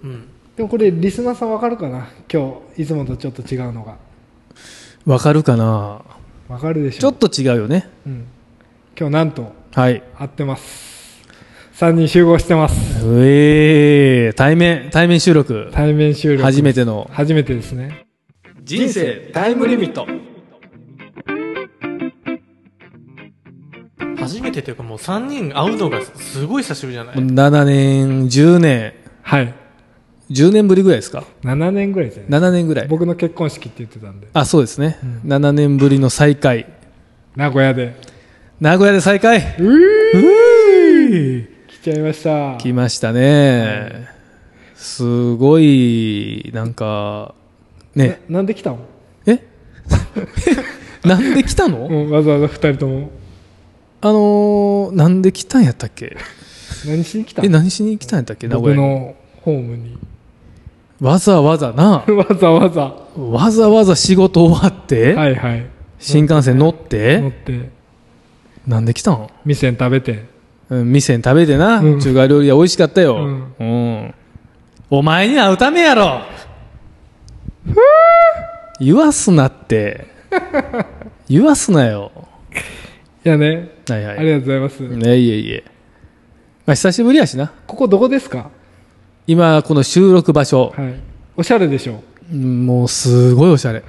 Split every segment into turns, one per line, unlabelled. うん、でもこれリスナーさんわかるかな今日いつもとちょっと違うのが
わかるかな
わかるでし
ちょ
ょ
っと違うよね
うん、今日なんと
はい
会ってます3人集合してます
うえー対面対面収録
対面収録
初めての
初めてですね
人生タイムリミット
初めてというかもう3人会うのがすごい久しぶりじゃない、
7年10年
はい
10年ぶりぐらいですか
7年ぐらいですね
7年ぐらい
僕の結婚式って言ってたんで
あそうですね、
う
7年ぶりの再会
名古屋で
名古屋で再会
うー
うー
来ちゃいました
来ましたねすごいなんかね
ななんで来たの、
え なんで来たの、
うん、わざわざ2人とも
あのー、なんで来たんやったっけ
何しに来た
え何しに来たんやったっけ名古
僕
屋に
のホームに
わざわざな
わざわざ
わざわざ仕事終わって、
はいはい
新幹線乗っ、
乗ってて
なんで来たん
味噌食べて
うん店に食べてな、
うん
中華料理屋美味しかったよ、
うん
うんお前に会うためやろ言わすなって言わすなよ
いやね
はい
あ
はい
りがとうございます、
ねいえいえ、まあ、久しぶりやしな
ここどこですか
今この収録場所、
はいおしゃれでしょ
うんもうすごいおし ゃれ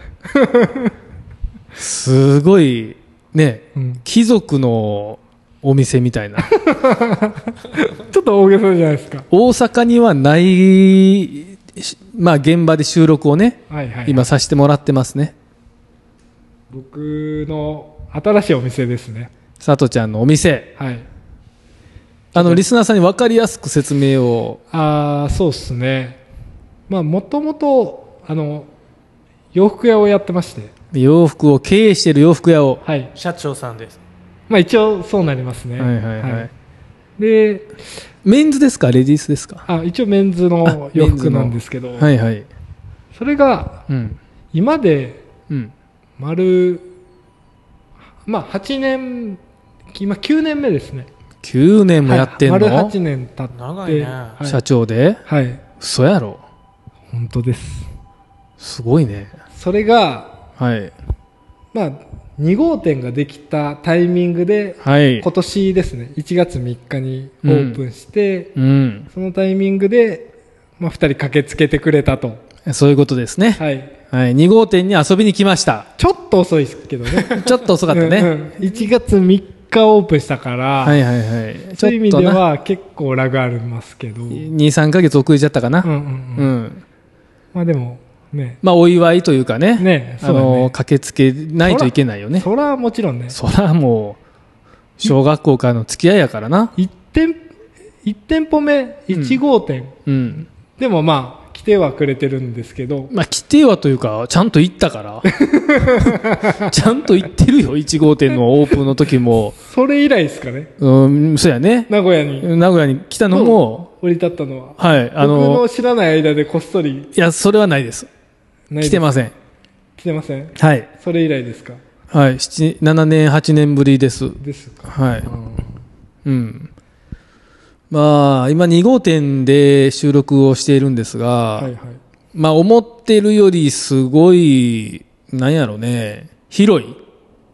すごいね
うん
貴族のお店みたいな
ちょっと大げさじゃないですか
大阪にはない、しまあ、現場で収録をね
はいはい
今させてもらってますね
僕の新しいお店ですね
さとちゃんのお店
はい
あのリスナーさんに分かりやすく説明を
ああそうっすねまあもともとあの洋服屋をやってまして
洋服を経営している洋服屋を
はい
社長さんです
まあ一応そうなりますね
はいはいはい
で
メンズですかレディースですか
あ一応メンズの
あ
洋
メンズ
服
の
なんですけど、
はいはい
それが
うん
今で
うん
丸まあ8年今9年目ですね
9年もやってんの、
はい、丸8年経って
長いね
はい、
社長で
はい
嘘やろ
本当です
すごいね
それが
はい
まあ2号店ができたタイミングで
はい
今年ですね1月3日にオープンして、
うん
そのタイミングで、まあ、2人駆けつけてくれたと、
そういうことですね、
はい、
はい、2号店に遊びに来ました
ちょっと遅いですけどね
ちょっと遅かったね、
うんうん1月3日オープンしたから、
はいはいはいち
そういう意
ょっ
味
と
で
な
は結構ラグありますけど、うん
23か月遅れちゃったかな
うんう
うんん
まあでもね
まあお祝いというかね
ね
あ
そうだ
の
ね
駆けつけないといけないよね
それはもちろんね
そらもう小学校からの付き合いやからな
1店一店舗目1号店、
うん
でもまあ来てはくれてるんですけど
まあ来てはというかちゃんと行ったから ちゃんと行ってるよ1号店のオープンの時も
それ以来ですかね
うんそうやね
名古屋に
名古屋に来たのも
降り立ったのは
はいあ
僕の
の
知らない間でこっそり
いやそれはないです
ない
来てません
す来てません
はい
それ以来ですか
はい、7 7年、8年ぶりです。
ですか
はい。うん。まあ、今2号店で収録をしているんですが、
はいはい
まあ、思ってるよりすごい、なんやろね、広い。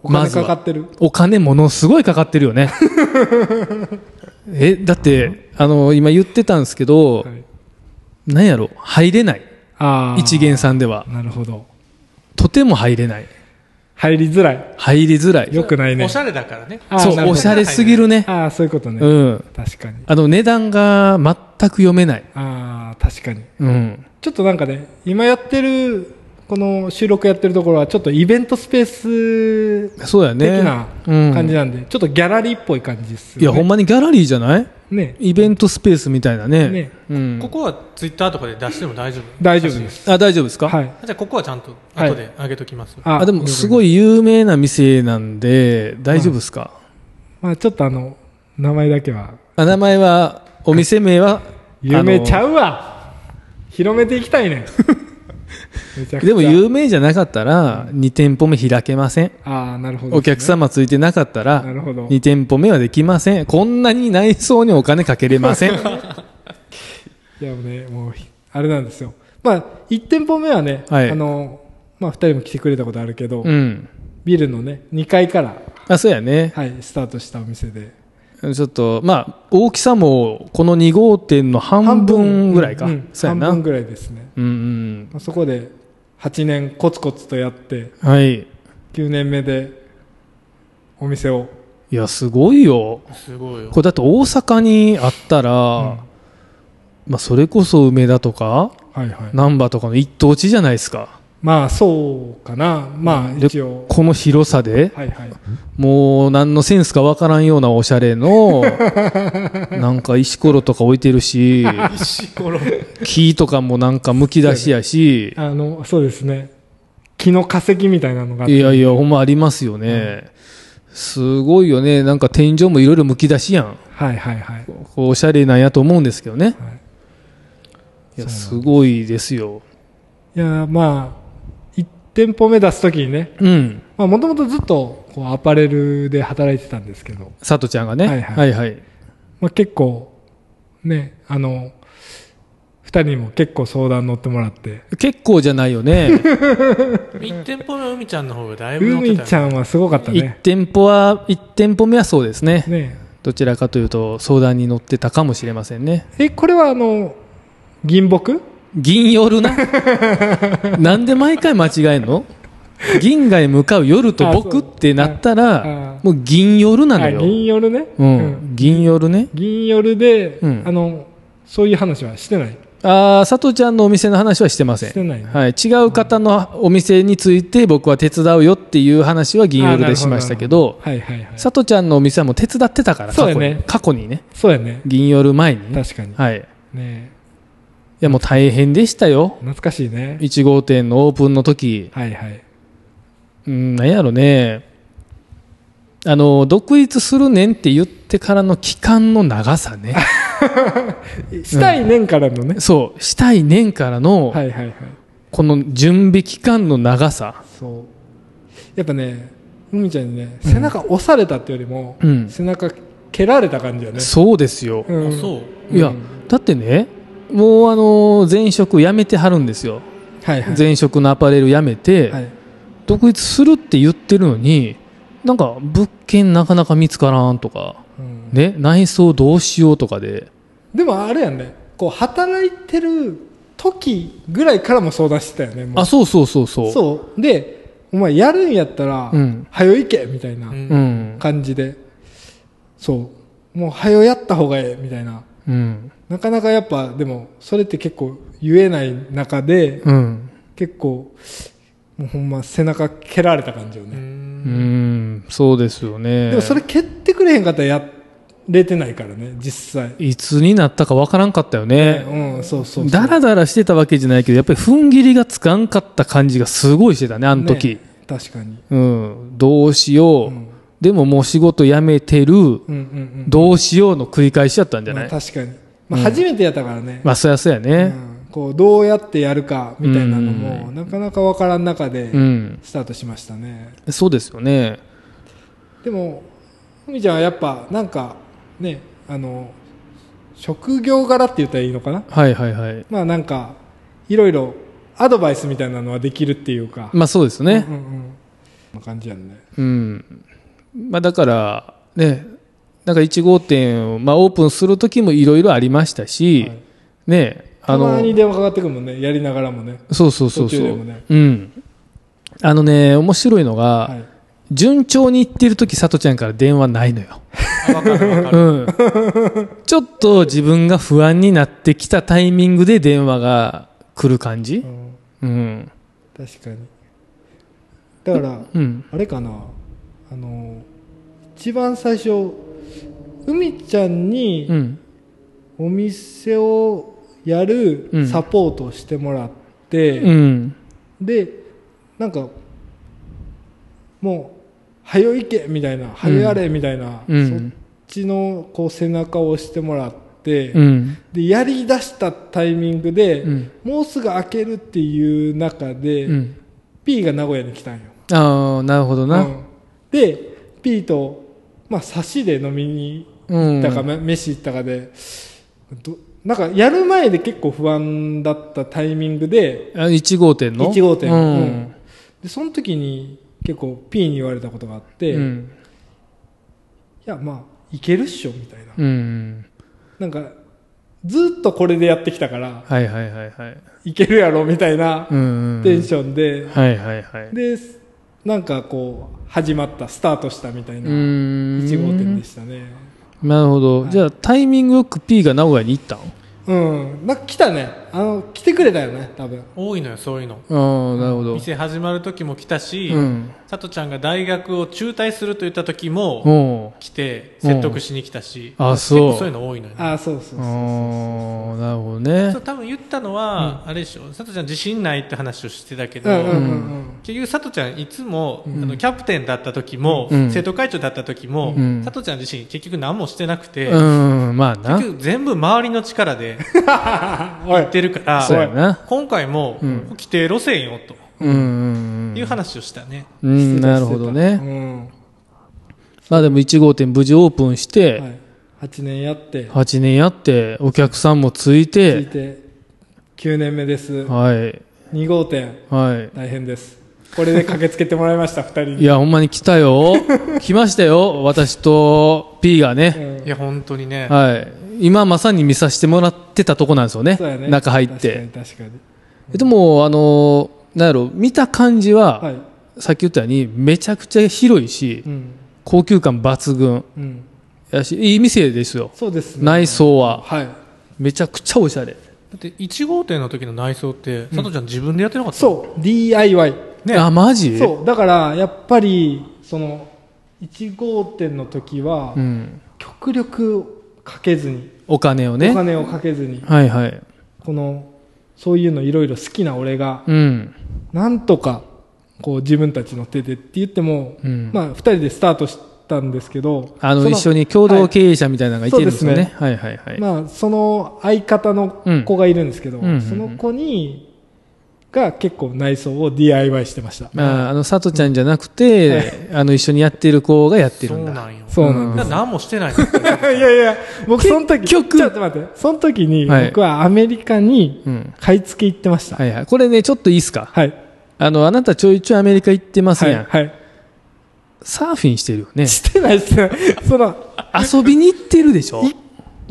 お金かか
は
ってる
お金ものすごいかかってる よね。え、だって、あの、今言ってたんですけど、
はい
なんやろ、入れない。
あー
一元さんでは。
なるほど
とても入れない。
入りづらい
入りづらい。
よくないね
おしゃれだからね
あーな
そ
る
う、
ほど
おしゃれすぎるね。
ああそういうことね、
うん。
確かに
あの値段が全く読めない。
ああ確かに
うん。
ちょっとなんかね今やってるこの収録やってるところはちょっとイベントスペース
そうやね。
的な
うん
感じなんで、ちょっとギャラリーっぽい感じです
い
よ
や、ほ
ね
んまにギャラリーじゃない
ね
イベントスペースみたいなね。
ね
うん。
ここはツイッターとかで出しても大丈夫
大丈夫です
あ、大丈夫ですか。
はいい
じゃあここはちゃんと
はい
後で上げときます、
あ、でもす
い、
ごい有名な店なんで、大丈夫ですか、
まあ、ちょっとあの名前だけは
あ名前は、お店名は、
有名ちゃ
う
うわ広めていきたいね めちゃくちゃ
でも有名じゃなかったら、2店舗目開けません。
ああなるほど
お客
ん
様ついてなかったら、
なるほど
2店舗目はでき ません。こんなに内装にお金かけれません。
いやもうねもうひあれなんですよ。まあ、1店舗目はね、
はい
あの、まあ、2人も来てくれたことあるけど、
うん。
ビルのね、2階から、
あ、そうやね。
はい、スタートしたお店で。
ちょっと、まあ、大きさも、この2号店の半分ぐらいか。
うんうん
そうやな。
半分
うん
ぐらいですね。
うん。
まあそこで、8年コツコツとやって、
はい。い
9年目で、お店を。
や、すごいよ。
すごいよ
これだって大阪にあったら、
うん
まあ、それこそ梅田とか、
はいはい。
難波とかの一等地じゃないですか。
まあ、そうかな。まあ、
で
一応。
この広さで、
はいはい。
もう何のセンスかわからんようなおしゃ れの、なんか石ころとか置いてる し、
石ころ
木とかもなんかむき出しやし、
あの、そうですね。木の化石みたいなのがあっ
い
て。
やいや、ほんまありますよね。すごいよね。なんか天井もいろいろむき出しやん。
はいはいはい。
こうおしゃれなんやと思うんですけどね。
はい
いや、すごいですよ。
いやまあ1店舗目出す時にね
うん。
もともとずっとこうアパレルで働いてたんですけど、
佐藤ちゃんがね。
はい
は
はい
はい。
まあ、結構ねあの2人にも結構相談乗ってもらって
結構じゃない よね。
一店舗目の海ちゃんの方がだいぶ乗って
海
た
ち
よ
ゃんはすごかった
一
ね
店舗は、一店舗目はそうですね。
ね
どちらかというと相談に乗ってたかもしれませんね。
えこれはあの銀木
銀 夜な。なんで毎回間違えんの銀河へ向かう夜と僕
あ
っ
そう
てなった
あ
ら、もう銀夜なの
あ
よ。
銀夜ね、
う
うん
ん。銀夜ね。
銀夜で、
うん
あのそういう話はしてない
ああ、佐藤ちゃんのお店の話はしてません。
してないね
はい。違う方のお店について僕は手伝うよっていう話は銀
あ
夜
なるほ
で
ど
しましたけど、
はいはいはい
佐藤ちゃんのお店はもう手伝ってたから、
そう
過
や
去に
ね。
過去にね。
そうやね
銀夜前にね。
確かに、
はい。い
ね
や、もう大変でしたよ。
懐かしいね
1号店のオープンの時。
はいはい
うん、なんやろね。あの、独立するねんって言ってからの期間の長さね。
したい年からのね、
そう、したい年からの、
はいはいはい
この準備期間の長さ。
そうやっぱね海ちゃんにね背中押されたってよりも、
うん
背中蹴られた感じだね、
そうですよ。
う
あ
ん
そう
いや、だってね、もうあの、前職辞めてはるんですよ。
はいはい
前職のアパレル辞めて、
はい
独立するって言ってるのに、なんか物件なかなか見つからんとか、
うん
ね、内装どうしようとかで、
でもあれやんねこう働いてる時ぐらいからも相談してたよねもう
あ、そうそうそうそう。
そうでお前やるんやったら、
うん
早よ行けみたいな
うん
うん。
感じで、そうもう早よやった方がええみたいな
うん。
なかなかやっぱでもそれって結構言えない中で、
うん。
結構もうほんま背中蹴られた感じよ
う
ね、
うんん、そうですよね。
でもそれ蹴ってくれへんかったらやれてないからね実際、
いつになったかわからんかったよね。
うんそうそうそう
だらだらしてたわけじゃないけど、やっぱり踏ん切りがつかんかった感じがすごいしてたね、あの時。
ね確かに、
うん。どうしよう、
うん
でももう仕事辞めてる。
うんうんうん
どうしようの繰り返しだったんじゃない、
まあ確かに、まあ、初めてやったからね、
まあ、そりゃそうや
う
ね。
んこうどうやってやるかみたいなのも、
う
なかなかわからん中で
うん。
スタートしましたね、
そうですよね。
でもふみちゃんはやっぱなんかねあの職業柄って言ったらいいのかな
はいはいはい。
まあなんかいろいろアドバイスみたいなのはできるっていうか、
まあ、そうです
う
ね。
んうんこんな感じやんね
うん。まあ、だから、ね、なんか1号店を、まあ、オープンする時もいろいろありましたし、
はい
ね、あ
た
の、
まに電話かかってくるもんねやりながらもね
そうそうそう
途中
そ
で
う、
もね
うん。あのね、面白いのが、
はい
順調にいってる時、さとちゃんから電話ないのよ。
あわかるわかる
うん。 ちょっと自分が不安になってきたタイミングで電話が来る感じ
う。ん
うん。
確かにだから
うん。
あれかなあの一番最初海ちゃん
う
に
ん。
お店をや
う
る
ん
サポートをしてもらって、
うん。
でなんかもう「はよ行け」みたいな「はよやれ」みたいな、
うん
そっちのこう背中を押してもらって、
うん。
でやりだしたタイミングで、
うん
もうすぐ開けるっていう中で、
うん。
P が名古屋に来たんよ、
ああ、なるほど
う
な。
んで P と、まあ、差しで飲みに
うん。
行ったか、め飯行ったかでどなんかやる前で結構不安だったタイミングで
あ1号店の
1号店、
う
うん
ん
でその時に結構 P に言われたことがあって、
う
い
ん
やまあいけるっしょみたいな、
うん
なんかずっとこれでやってきたから
はいはいはいはい
いけるやろみたいな
うんうん
テンションで、
はいはいはい
でなんかこう始まったスタートしたみたいな1
ん
号店でしたね
なるほど、
はい
じゃあタイミングよく P が名古屋に行った
うんなんか来たねあの来てくれたよね多分
多いのよそういうの
のああなるほど
店始まる時も来たし、
うん
佐藤ちゃんが大学を中退すると言った時も
おう
来て
うん
説得しに来たし、
あ
結構
そう
そういうの多いのよ、ね、
あそうそうそうそう
ああなるほどね
そう多分言ったのは、あれでしょ佐藤ちゃん自信ないって話をしてたけど、
うんうんうん
結局、佐藤ちゃんいつも、あのキャプテンだった時も、
うん
生徒会長だった時も、
うん
佐藤ちゃん自身結局何もしてなくて、
うんまあな
結局全部周りの力 で
うんおい
やってるか
そうや
ら、
な
今回も、
うん
規定路線よと
うんうん
いう話をしたね。
う
うんん
なるほど
う
ね
ん
まあでも1号店無事オープンして、
はい、8年やって
8年やってお客さんもつい
続い
て
て9年目です
はい
2号店
は
大変ですこれで駆けつけてもらいました2人
いい
に
やほんまに来 たよ来ましたよ私と P がね、
うん
いや、本当にね、
はい、今まさに見させてもらってたとこなんですよね
そうやね
中入っ
確
て
かに確かに
でもあのなんやろ見た感じは、
はい
さっき言ったようにめちゃくちゃ広いし、
うん
高級感抜群
うん
やしいい店ですよ
そうですね
内装は
はい
めちゃくちゃおしゃれ、
だって1号店の時の内装って、佐藤ちゃん自分でやってなかった
そう DIY
ね
あマジ
そうだからやっぱりその1号店の時は
うん、
極力かけずに、
お金を
お
ね
金をかけずに
はいはい
このそういうのいろいろ好きな俺が
うん
なんとかこう自分たちの手でって言っても、
うん
まあ2人でスタートしたんですけど
あの
そ
一緒に共
は
同
い
経営者みたいなのがいてるんですよ
そう
ね
で,、
はい、はいはい
まあ、その相方の子がいるんですけど、
うんうんうんうん
その子にが結構内装を DIY してました、
まあ、あの佐藤ちゃんじゃなくて、あの一緒にやってる子がやってる
そうん
だ
なんよ。
そうなんで
だから
す、
何もして ない。
いやいや僕その時
結局
ちょっと待ってその時に
はい
僕はアメリカに
うん
買い付け行ってました
はいはい。これね、ちょっといいっすか
はい
あの、あなたちょいちょいアメリカ行ってます
はい、
やん。
はい、
サーフィンしてるよね。
してないしてない その
遊びに行ってるでしょ
い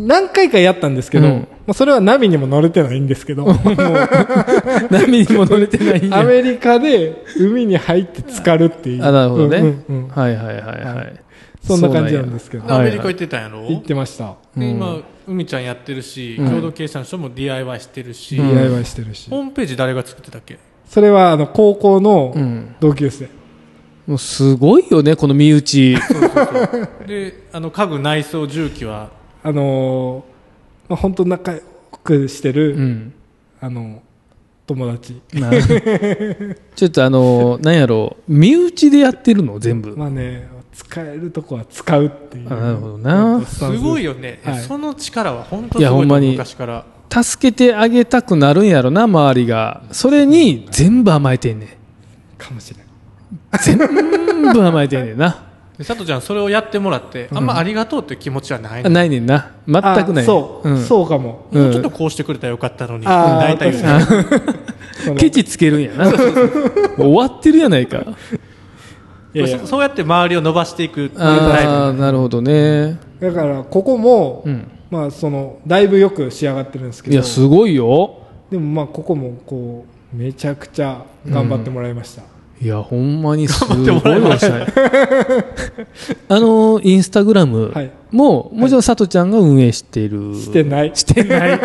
何回かやったんですけど、
うん
まあ、それはナビにも乗れてないんです けど、
波にも乗れてないんや
アメリカで海に入って浸かるっていう。
あ、なるほどね、
うんうんうん
はいはいはいは。
はいそんな感じなんですけど
そうなん
ア
や
メリカ行ってたんやろ、
行ってました。
で今、海ちゃんやってるし、
うん
共同経営者の人も DIY してるし、
うん
DIY してるし。
ホームページ誰が作ってたっけ
それは、あの、高校の
うん
同級生。
もうすごいよね、この 身内。
であの家具内装重機は
あのー、まあ、本当仲良くしてる、
うん。
あの、友達。
なちょっとあの、なんやろう、身内でやってるの全部。
まあね、使えるとこは使うっていう。
あなるほどな
うん
すごい
よ。
よね、
はい
その力は本当
い
す
や
ご
ほ
い
ん
と
ま
思う
に
昔から
助けてあげたくなるんやろな、周りが。それに全部甘えてんねん。
かもしれない。
全部甘えてんね んな。
で佐藤ちゃんそれをやってもらって、あんまありがとうっていう気持ちはないの、
ないねんな。全くないねん。
あそう、
ん
そうかも。
うん
もうちょっとこうしてくれたらよかったのに、
あー
大体
確
が
かにその
ケチつけるんや な。もう終わってるやないか。
いやいや
そそうやって周りを伸ばしていく
ああ、なるほどね。
だからここも、
うん
まあそのだいぶよく仕上がってるんですけ
い
ど
や、すごいよ。
でもまあここもこうめちゃくちゃ頑張ってもらいました、
いや、ほんまにすごい
頑張ってもらい
お
ま
し
し
ゃれ。あの、インスタグラム
はい
も、もちろん佐藤ちゃんが運営している。
してない
してない。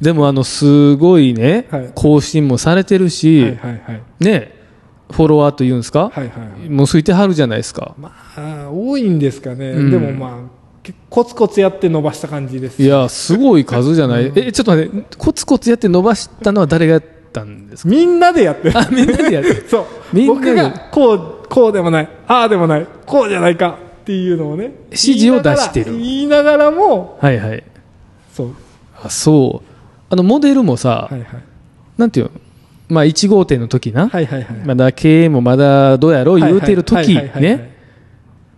でも、あの、すごいね
はい、
更新もされてる
はい
し、
はいはい
ね、フォロワーというんですか
はいはいはい
もうすいてはるじゃないですか。
まあ多いんですかね、
うん
でもまあけコツコツやって伸ばした感じです
いや、すごい数じゃない。え、ちょっと待って、コツコツやって伸ばしたのは誰がやったんですか
みんなでやってる
あ、 みんなでやって。
そう
みんなで
僕がこうこうでもないああでもないこうじゃないかっていうのをね
指示を出してる
言いながら言いながらも
はいはい。
そう
あ、そう。あの、モデルも
は
さ、
いはい
なんていうのまあ、1号店の時な。
はいはいはい
まだ経営もまだどうやろう
はい
言うてる時
はいはいはいはい
ね。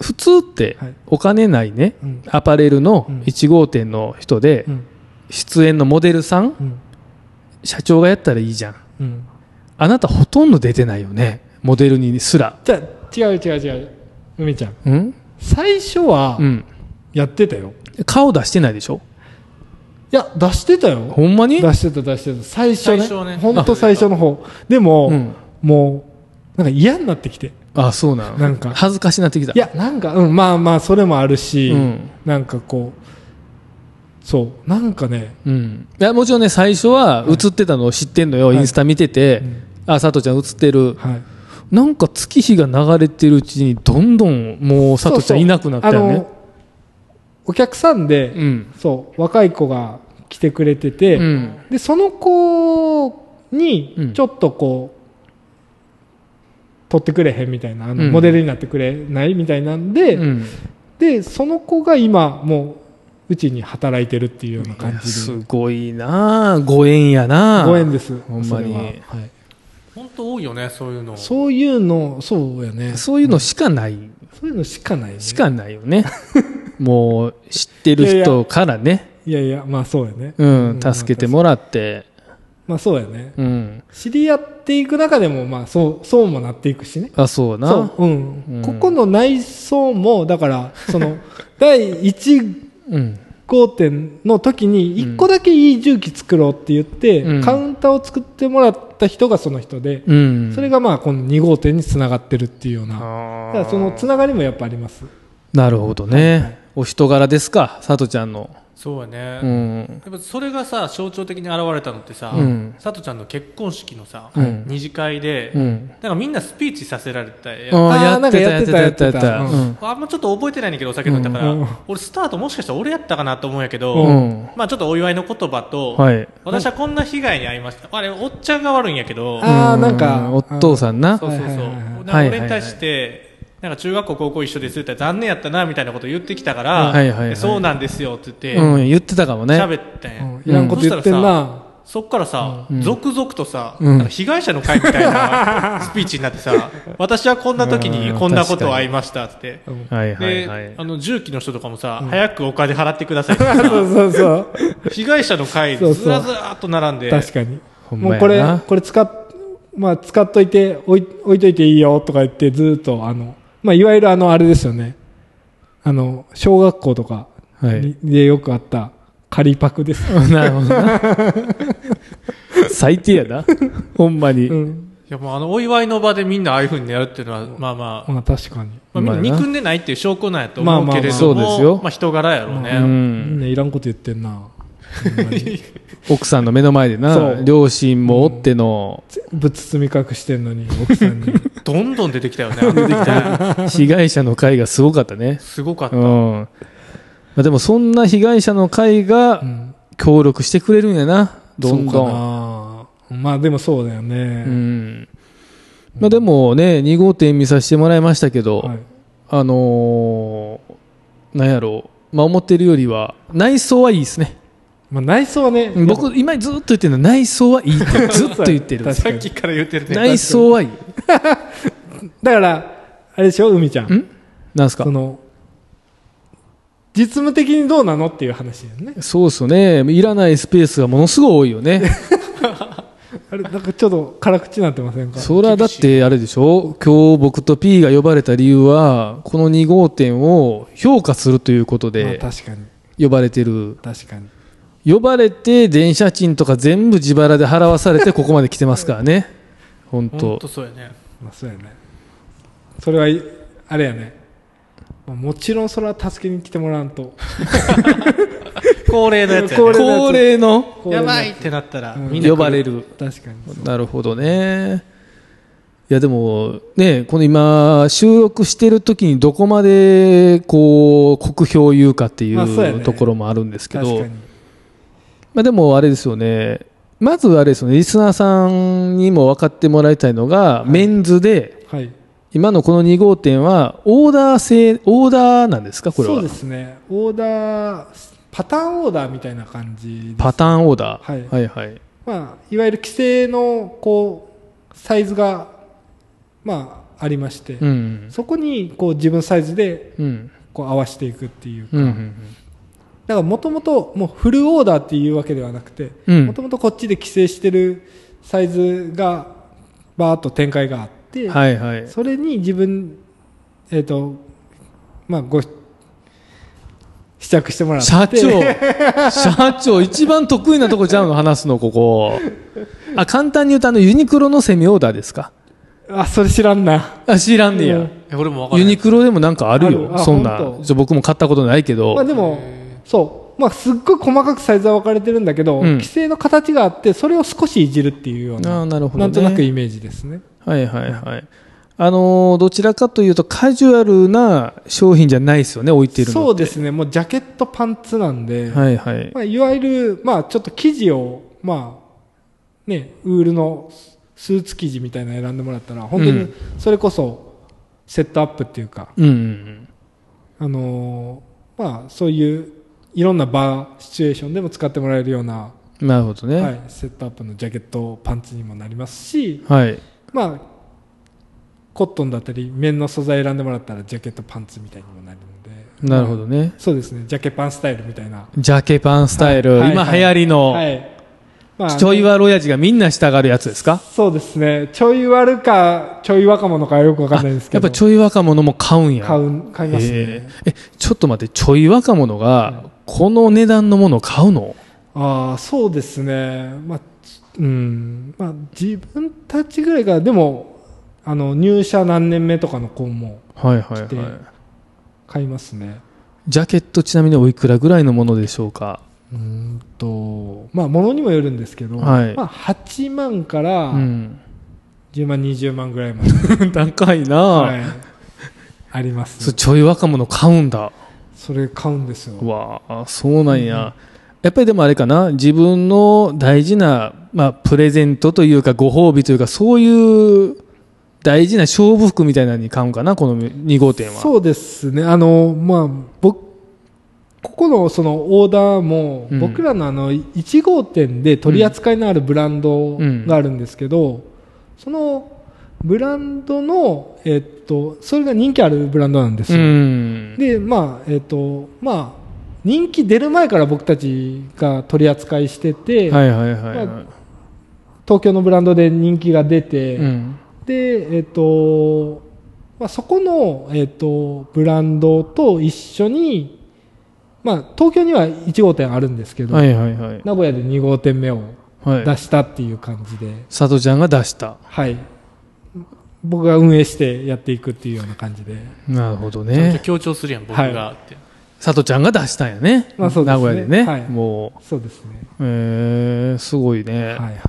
普通って
はい
お金ないね、
うん
アパレルの
うん
1号店の人で
うん
出演のモデルさん
うん
社長がやったらいいじゃん
うん
あなたほとんど出てないよねモデルにすら
じゃあ違う違う違う梅ちゃん
うん、
最初は
うん、
やってたよ、
顔出してないでしょ
いや出してたよ
ほんまに
出してた出してた最初ね
最初はね
ほんと最初の方でも、
うん
もうなんか嫌になってきて
あそうなの
なんか
恥ずかしなってきた
いやなんかうんまあまあそれもあるし、
うん
なんかこうそうなんかね
うん、いやもちろんね最初は映ってたのを知ってんのよ、
はい
インスタ見てて、
うん
あ佐藤ちゃん映ってる、
はい
なんか月日が流れてるうちにどんどんもう佐藤ちゃんいなくなったよね
そうそうあのお客さんで、
うん
そう若い子が来てくれてて、
うん
でその子
う
に
ん
ちょっとこう、撮ってくれへんみたいなあの、
うん
モデルになってくれないみたいなんで、
うん、
でその子が今もううちに働いてるっていうようない感
や
じ
す
で
ごいなあご縁やなあ
ご縁です
ほんまに
それははい
本当多いよね、そういうの。
そういうのそうやねそ
そういうのしかない、
ういうのしかない、ね、
しかないよね もう知ってる人からね
いやいやまあそうやね
うん、助けてもらって、
まあそうやね
うん、
知り合っていく中でもまあそうそうもなっていくしね
あそうな
そう、うん
うん
ここの内装もだからその 第1
うん
号店の時に1個だけいい重機作ろうって言って、
うん
カウンターを作ってもらった人がその人で、
うん、
それがまあこの2号店につながってるっていうようなだか
あ
らそのつながりもやっぱあります
なるほどね、お人柄ですか佐藤ちゃんの
そうやね。
うん
やっぱそれがさ象徴的に現れたのってさ、
うん
さとちゃんの結婚式のさ、
うん
二次会で、
う
なん
ん
かみんなスピーチさせられたやん
あ
あー
やってたや
な
っ
ん
て
か
たや
や
っ
ってて
た
た
やってた
やって
う
た
ん
あんまちょっと覚えてないんだけどお酒飲んだから、
うん
俺スタートもしかしたら俺やったかなと思うんやけど、
うん
まあちょっとお祝いの言葉と、
はい
私はこんな被害に遭いましたあれおっちゃんが悪いんやけど
あーなんか
うお父さんな
そうそうそう、
はいはいはいはい
なんか俺に対してなんか中学校高校一緒ですって言ったら残念やったなみたいなこと言ってきたから、
はいはいはい
そうなんですよって言
う
って
ん言ってたかもね
喋、ったんや、
うんいらんこと言ってんな、
そっからさ、続々とさ、
うん
なんか被害者の会みたいなスピーチになってさ、私はこんな時にこんなことを会いましたって。
うん
はいはい
で、
はい
あの、重機の人とかもさ、早くお金払ってくださいって
そう
さ、
そう そう
被害者の会ず
そうそう
らずらーっと並んで、
確かに
ほんま
もう
やな
これこれ使っ,、まあ、使っといて置い置いといていいよとか言ってずーっとあの、まあ、いわゆるあのあれですよねあの小学校とかに、
はい
でよくあった仮パクです、
なるほどな最低やなほんまに、
うん
いやもうあの、お祝いの場でみんなああいう風にやるっていうのは、まあまあ、
まあ、確かに、
まあみんな
まあな
憎んでないっていう証拠なんやと思うけれ
ま
ど
あまあまあそうですよ
も、まあ人柄やろう
う
ね。
みん
ん、
ないらんこと言ってんなほんまに
奥さんの目の前で
そ
な
う
両親もおっての
全部包み隠してんのに奥さん に
どんどん出てきたよね、出てきた。
被害者の会がすごかったね
すごかっ
う
た
ん。まあでもそんな被害者の会が
ん
協力してくれるんやなどん
そう
ど
か
ん
なまあでもそうだよね、
うんまあ、でもね、2号店見させてもらいましたけど、
はい
あのーなんやろう、まあ、思ってるよりは、内装はいいですね、
まあ、内装はね、
僕、今ずっと言ってるのは、内装はいいって、ずっと言ってる
確
さ
か
っ
に
きから言ってるね。
内装はいい、
だからあれでしょ海ちゃん
んなんすか
そ、の実務的にどうなのっていう話だよね
そうっすよね、いらないスペースがものすごい多いよね、
あれなんかちょっと辛口になってませんか
それはだって、あれでしょ、今日僕と P が呼ばれた理由は、この2号店を評価するということ
まあ
で、
確かに
呼ばれてる。
確かに
呼ばれて電車賃とか全部自腹で払わされてここまで来てますからね本
本
当
当そうやね。
まあそうやねそれはいあれやねまあもちろんそれは助けに来てもらわんと
恒例のやつやね
恒。
恒例の
こうう
や
の
ばいってなったら、
うん
みんな来る
呼ばれる
確かに
なるほどねいやでもねこの今収録してる時にどこまでこう酷評を言うかってい
まあそうや
う
ね
ところもあるんですけど、
確
ま
かに
あ、でもあれですよねまずあれですよねリスナーさんにも分かってもらいたいのが、メンズで
はい
今のこの2号店はオーダー制オーダーなんですかこれは
そうですねオーダーパターンオーダーみたいな感じです
パターンオーダー、
はい
はいはい
まあ、いわゆる規制のこうサイズが、まありまして、
うん。
そこにこう自分サイズで
うん。
こう合わせていくっていう。
うん。うん。
だからもともともうフルオーダーっていうわけではなくて、
うん
もともとこっちで規制してるサイズがバーッと展開があって、
はいはい。
それに自分、えっ、と、まあ、ご、試着してもらって。
社長、社長、一番得意なとこちゃうの話すの、ここ。あ、簡単に言うと、あの、ユニクロのセミオーダーですか
あ、それ知らんな。
あ、知らんね
う
や
ん。
え俺も
ユ
分からない
ニクロでもなんかある
あ
よ。
るあ
そんな
ほんと。
ちょ僕も買ったことないけど。
まあでも、そう。まあ、すっごい細かくサイズは分かれてるんだけど、
うん
規制の形があって、それを少しいじるっていうよう
あー
な、
なるほどね
んとなくイメージですね。
はいはいはい。あのーどちらかというとカジュアルな商品じゃないですよね、置いているの。
そうですね。もうジャケットパンツなんで、
はいはい。
まあ、いわゆる、まあ、ちょっと生地を、まあ、ね、ウールのスーツ生地みたいなの選んでもらったら、本当
う
に
ん
それこそ、セットアップっていうか、
うんうん
あのーまあ、そういう、いろんな場、シチュエーションでも使ってもらえるような、
うん。なるほどね。
は
はい。
い、セットアップのジャケット、パンツにもなりますし、まあ、コットンだったり、綿の素材選んでもらったら、ジャケット、パンツみたいにもなるので、
なるほどね。
そうですね、ジャケパンスタイルみたいな。
ジャケパンスタイル。
はい
今
はい
流行りの、
はい。ま
ちょい悪親父がみんなしたがるやつですか
そうですね。ちょい悪か、ちょい若者かよくわかんないですけ
やっ
ど。
ぱちょい若者も買うんや。
買う、買います
へ
ね。
ええ、ちょっと待って、ちょい若者が、この値段のものを買うの
ああ、そうですね。まあ、ちうん。まあ、自分たちぐらいが、でも、あの、入社何年目とかの子も
はいはい
来て
はい。
買いますね。
ジャケットちなみにおいくらぐらいのものでしょうか
うーんと、まあ、ものにもよるんですけど、
はい
まあ、8万から
うん。
10万、20万ぐらいまで、
高いなあ
はい、あります、
そうちょい若者買うんだ。
それ買うんですよ。
わあ、そうなんや。やっぱりでもあれかな、自分の大事な、まあ、プレゼントというか、ご褒美というか、そういう大事な勝負服みたいなのに買うんかな、この2号店は。
そうですね、あのまあ、僕ここのそのオーダーも、
うん
僕らのあの1号店で取り扱いのあるブランド
うん
があるんですけど、そのブランドの、えっと、それが人気あるブランドなんです
う
よ。
ん。
で、まあ、えっと、まあ、人気出る前から僕たちが取り扱いしてて、
はいはいはいはい。
ま東京のブランドで人気が出て、
うん。
で、えっとまあ、そこの、えっとブランドと一緒に、まあ、東京には1号店あるんですけど、
はいはいはい。
名古屋で2号店目を
は
出
い。
したっていう感じで、
佐藤ちゃんが出した。
はい、僕が運営してやっていくっていうような感じで、
なるほど
めちゃめちゃ
ね。
強調するやん僕がって
佐藤ちゃんが出したんやね。
まあそうですね
名古屋でね。
はい
も
そうですね。
う、えー、すごいね。
はいはい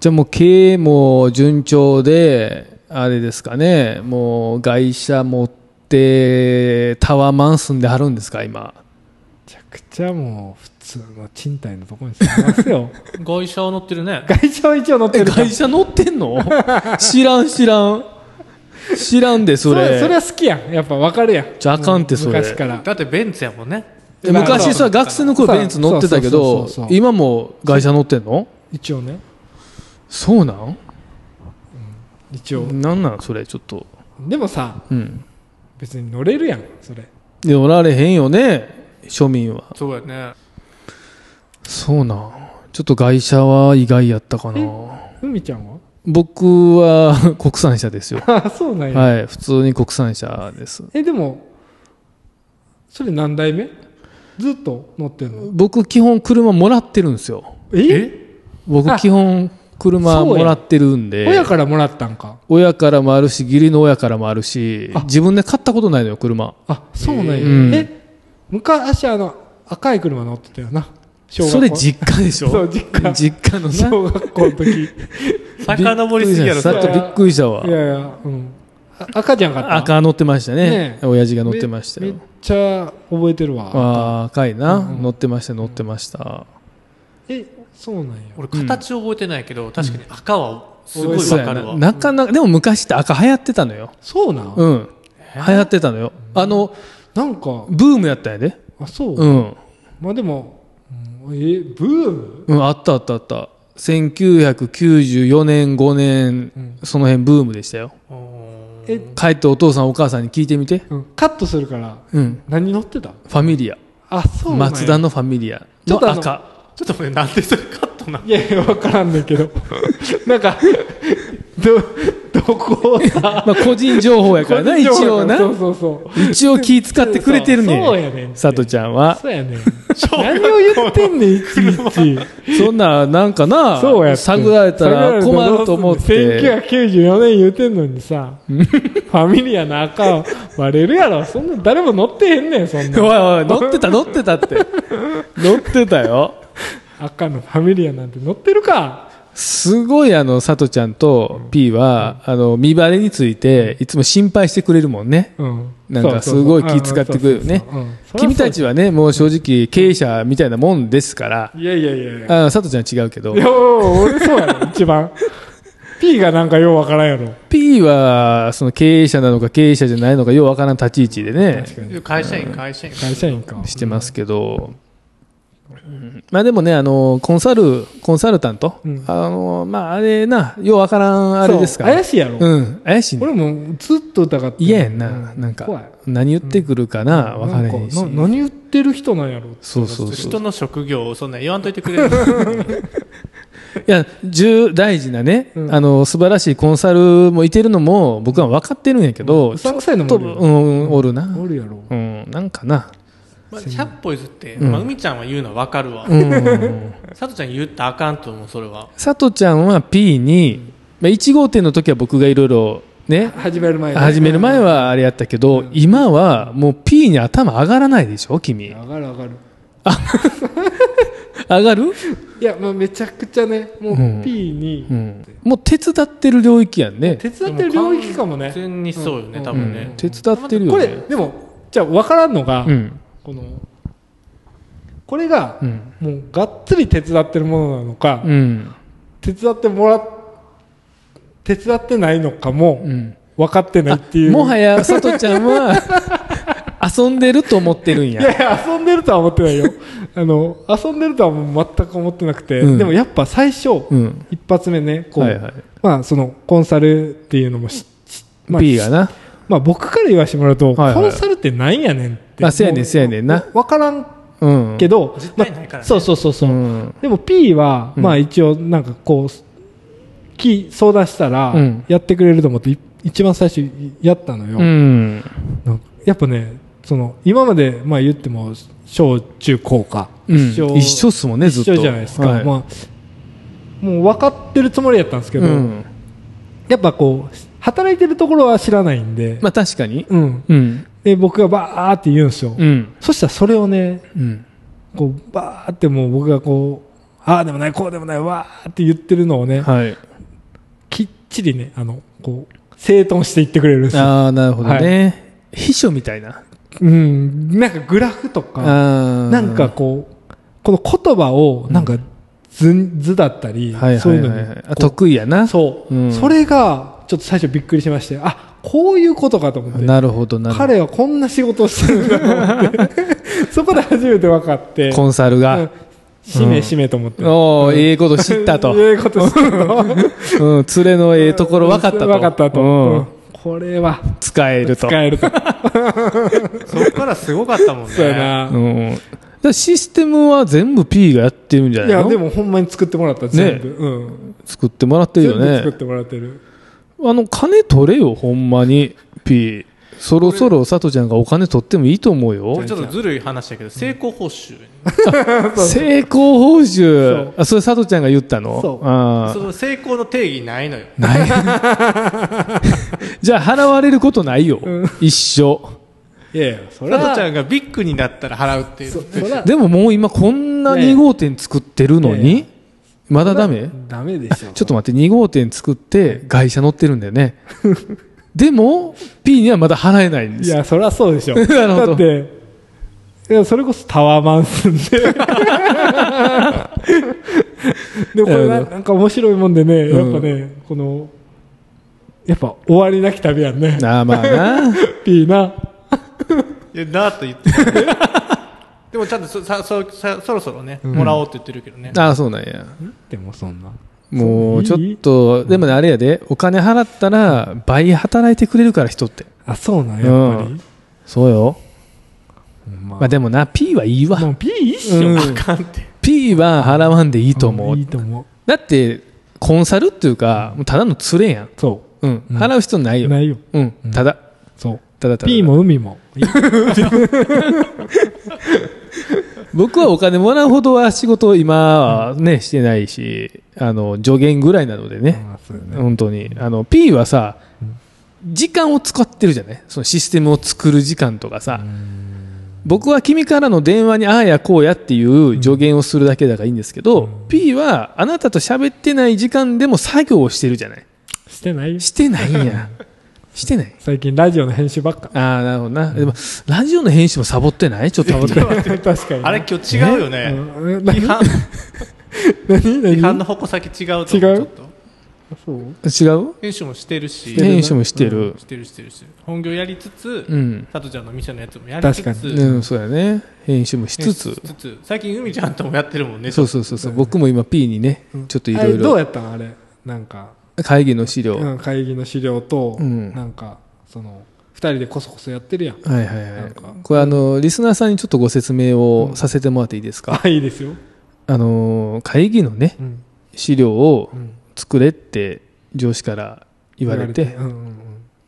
じゃあもう経営も順調で、あれですかね、もう外車持って、タワーマン住んではるんですか、今。
めちゃくちゃもう普通の賃貸のところに住みます よ
外車を乗ってるね
外車は一応乗って
え、
るから
外車乗って んの知らん、知らん。知らんで、それ。
それは好きやんやっぱ分かるやん
じゃああかんってそれ
昔から
だってベンツやもんね
え昔さ、学生の頃
そう
ベンツ乗ってたけ
そう
ど
そうそう、そう
今も外車乗ってんの
一応ね
そうなん
一応
なんなんそれ、ちょっと。
でもさ
うん。
別に乗れるやんそれ
で、乗られへんよね、庶民は。
そうやね
そうなん。ちょっと外車は意外やったかな。
海ちゃんは
僕は 国産車ですよ。
あそうなんや、
はい、普通に国産車です。
えでもそれ何代目ずっと乗ってんの
僕、基本車もらってるんですよ。
え
僕、
あ
基本車もらってるんで。
親からもらったんか
親からもあるし、義理の親からもあるし、自分で買ったことないのよ、車。
あそうなんや、
うん
え昔あの赤い車乗ってたよな小学校
それ実家でしょ
そう実家
実家のな。
小学校の時
遡りすぎやろ
さ
そ
っ
れ
とびっくりしたわ
い。やいやうんあ赤じゃんかった
赤乗ってましたね
ね。え
親父が乗ってました
め
よ
めっ。ちゃ覚えてるわ
あー赤いな。
うん
乗ってました、乗ってました。
えそうなんや
俺形覚えてないけど、確かに赤はすごい
そう
わ
や
か
な
るわ
なかなか、でも昔って赤流行ってたのよ。
そうなん、
うん。流行ってたのよ。あの、
なんか
ブームやったんやで。
あそう、
うん。
まあでも、うんえブーム
うん、あったあったあった。1994年、5年、その辺ブームでしたよ。
うん
え、
帰ってお父さんお母さんに聞いてみて。
うんカットするから、
うん。
何乗ってた
ファミリア。
あ、そうなんや
松田のファミリア
ちょっ
の
とあの
赤。
ちょっとこれなんでそれカットなの
いやいや、わからんねんけど。 なんか、ど、どこをさ、
まあ個人情報やから な、一応な。
そうそうそう。
一応気使ってくれてるねん。
そうやねん
さとちゃんは。
そうやねん。何を言ってんねん、いちいち。
そんな、なんかな、
そうやって
探られたら困ると思っ
探られた
て。
らどうすんの1994年言うてんのにさ、ファミリアの赤割れるやろ。そんな誰も乗ってへんねん、そん
おい
な。
おい、乗ってた、乗ってた って。乗ってたよ。
赤のファミリアなんて乗ってるか。
すごいあの、さとちゃんと P は、あの、見バレについて、いつも心配してくれるもんね。
うん。
なんか
そうそう
す
そ
ご
う
い気使ってくるよね
うんうんそりゃそう
君たちはね、もう正直経営者みたいなもんですから、
いやいやいやいや。
あ佐藤ちゃんは違うけど
い、や、俺そうやろ、一 番。P がなんかようわからんやろ。
P はその経営者なのか経営者じゃないのかようわからん立ち位置でね、
確かに。
会社員会社員
会社員か。
してますけど、うんまあでもね、あの、コンサル、コンサルタント、
うん
あの、まああれな、ようわからんあれですから、
そう怪しいやろ。
うん、怪しいね。
俺もずっと疑って。
嫌やんな、なん
怖い
か、何言ってくるかな、わからへ
なん
んし。
かな何言ってる人なんやろって
そうそうそう
人。の職業をそんな言わんといてく れる
いや、重大事なね、
うん
あの、素晴らしいコンサルもいてるのも、僕は分かってるんやけど、
う
ち
さ
ょ
ん
っ
くさいのも
と、
おる
う
よ
ん、おるな。
おるやろ。
うん、なんかな。
まあ100歩譲って、
うん
まあ、海ちゃんは言うのは分かるわ、
うん。
佐藤ちゃん言ったらあかんと思うそれは
佐藤ちゃんは P に、まあ、1号店の時は僕がいろいろね、
始める前
始める前はあれやったけど、今はもう P に頭上がらないでしょ、君。
上がる上がる。
上がる
いや、まあめちゃくちゃね、も
うん
う P に
う、ん。もう手伝ってる領域やんね。
手伝ってる領域かもね
完。全にそうよね、多
う
分
ん
ね、
手伝ってるよ
こ
ね。
れ、でも、じゃあ分からんのが
う、ん。
この、これが
う、ん。
もうがっつり手伝ってるものなのか、
うん。
手伝ってもらっ、手伝ってないのかも
うん。
分かってないっていう。
もはや、さとちゃ んは、遊んでると思ってるん
いや
や。
いや、遊んでるとは思ってないよ。 あの、遊んでるとはもう全く思ってなくて、
うん
でもやっぱ最初、
うん。
一発目ね、こう、
はいはい。
まあその、コンサルっていうのもし、しまあ、
P がな。
まあ僕から言わせてもらうと、
はいはい
コンサルってなんやねんって。
まあせやねん
も
せやねんな。
わからん
うん。
けど、
絶
ま
対ないか
あ
らね
そうそうそうそうう。
ん。
でも P は、
うん
まあ一応なんかこう、き相談したら
うん、
やってくれると思って、い一番最初やったのよ。
うん。
なんかやっぱね、その、今まで、まあ言っても、小中高か、
うん一緒っすもんね、ずっと。
一緒じゃないですか、
はい
まあ、もう分かってるつもりやったんですけど、
うん。
やっぱこう働いてるところは知らないんで,、
まあ確かに。
うん、
うん。
で僕がバーって言うんですよ、
うん。
そしたらそれをね
うん。
こうバーってもう僕がこうああでもないこうでもないわーって言ってるのをね、
はい。
きっちりねあのこう整頓していってくれるんですよ、
ああ、なるほどね。秘書みたいな。
うん、なんかグラフと
あ
か
ー
なんか、こうこの言葉をなんか図,、図だったり、
はい
そ
は
うい
いうは
の
い
に
は
こ
い。
う
あ得意やな。
そう、
うん
それがちょっと最初びっくりしましてあこういうことかと思って
なるほど、なるほど。
彼はこんな仕事をしてるんだと思ってそこで初めて分かって
コンサル
う
が
ん。しめしめと思って、
おー、ええこと知った と。
ええこと知った と
うん、連れのええところ分かったと。
分かったと、
う
うん
ん。
これは
使えると。
使えると
そこからすごかったもんね
そうやな、
うん。だからシステムは全部 P がやってるんじゃ
い
ない
や
の
でもほんまに作ってもらった全部、うん
作ってもらってるよ
全部作っ
ね。
てもらってる
あの、金取れよ、ほんまに。P。そろそろ、さとちゃんがお金取ってもいいと思うよ。
ちょっとずるい話だけど成功報酬、
成功報酬
そ。
あ、それさとちゃんが言ったの
そう
あ
そ
ー
の成功の定義ないのよ
ない。じゃあ、払われることないよ。一生。
いやいやそれ
佐
は
藤ちゃんがビッグになったら払うっていう
そそら
でももう今こんな2号店作ってるの
いやい
に、まだダメ
ダメでしょ
ちょっと待って、2号店作って、会社乗ってるんだ よね。でも、P にはまだ払えないんで
い
すよ。
やそりゃそうでしょ
なるほど
だっていやそれこそタワーマンスんで でもこれ
な
な
るほど
なんか面白いもんでねや
う
っ
ん
ぱね、このやっぱ終わりなき旅やんね
ああまあな。
ピーない
やなあと言って でもちゃんとそさそさそろそろね、もらおうって言ってるけどね
ああ、そうなんや。
でもそんな
もうち
そ
ょ
ういい
っと、でもね、あれやで、お金払ったら倍働いてくれるから人って。
あ、そうなん、やっぱり。
そうよ。
ま
まあでもな、P はいいわ。
もう P いいっし
う
ょ。
ん
あかんって。
P は払わんでいいと思う。
いいと思う。
だって、コンサルっていうか、もうただの連れやん。
そ
うん。
うん。
払う必要ないうよ。
ないよ。
うん。ただ。
そう。
ただただ。
P も海も。
僕はお金もらうほどは仕事を今はね、してないし、あの、助言ぐらいなのでね。
あそうよね
本当に。あの、P はさ、時間を使ってるじゃないそのシステムを作る時間とかさ。僕は君からの電話にああやこうやっていう助言をするだけだからいいんですけど、P はあなたと喋ってない時間でも作業をしてるじゃない
してないよ。
してないん や。してない。
最近ラジオの編集ばっか。
ああ、なるほどな。でも、ラジオの編集もサボってないちょっと。
確かに。
あれ今日違うよね。
うん
批判、
何
批判
何
の矛先違うと思う。
違う
ちょっと
そう
違う
編集もしてるし、
てる
編集もしてる。
してるしてるしてる。本業やりつつ
う、ん。
佐藤ちゃんの店のやつもやりつ
確
つ、
か
うん、そうやね。編集もしつつ。
つつ最近海ちゃんともやってるもんね。
そうそうそうそう。僕も今 P にね、ちょっとい
あ
ろ
れ
い
どう
ろ
やったんあれ。なんか、
会議の資料。
う
はい
ん会議の資料と、
うん
なんか、その、二人でこそこそやってるやん。
はいは
ないんか。
これあの、リスナーさんにちょっとご説明をさせてもらっていいですか。
あ、いいですよ。
あのー、会議のね、
うん。
資料を
うん
作れって上司から言われて、
うん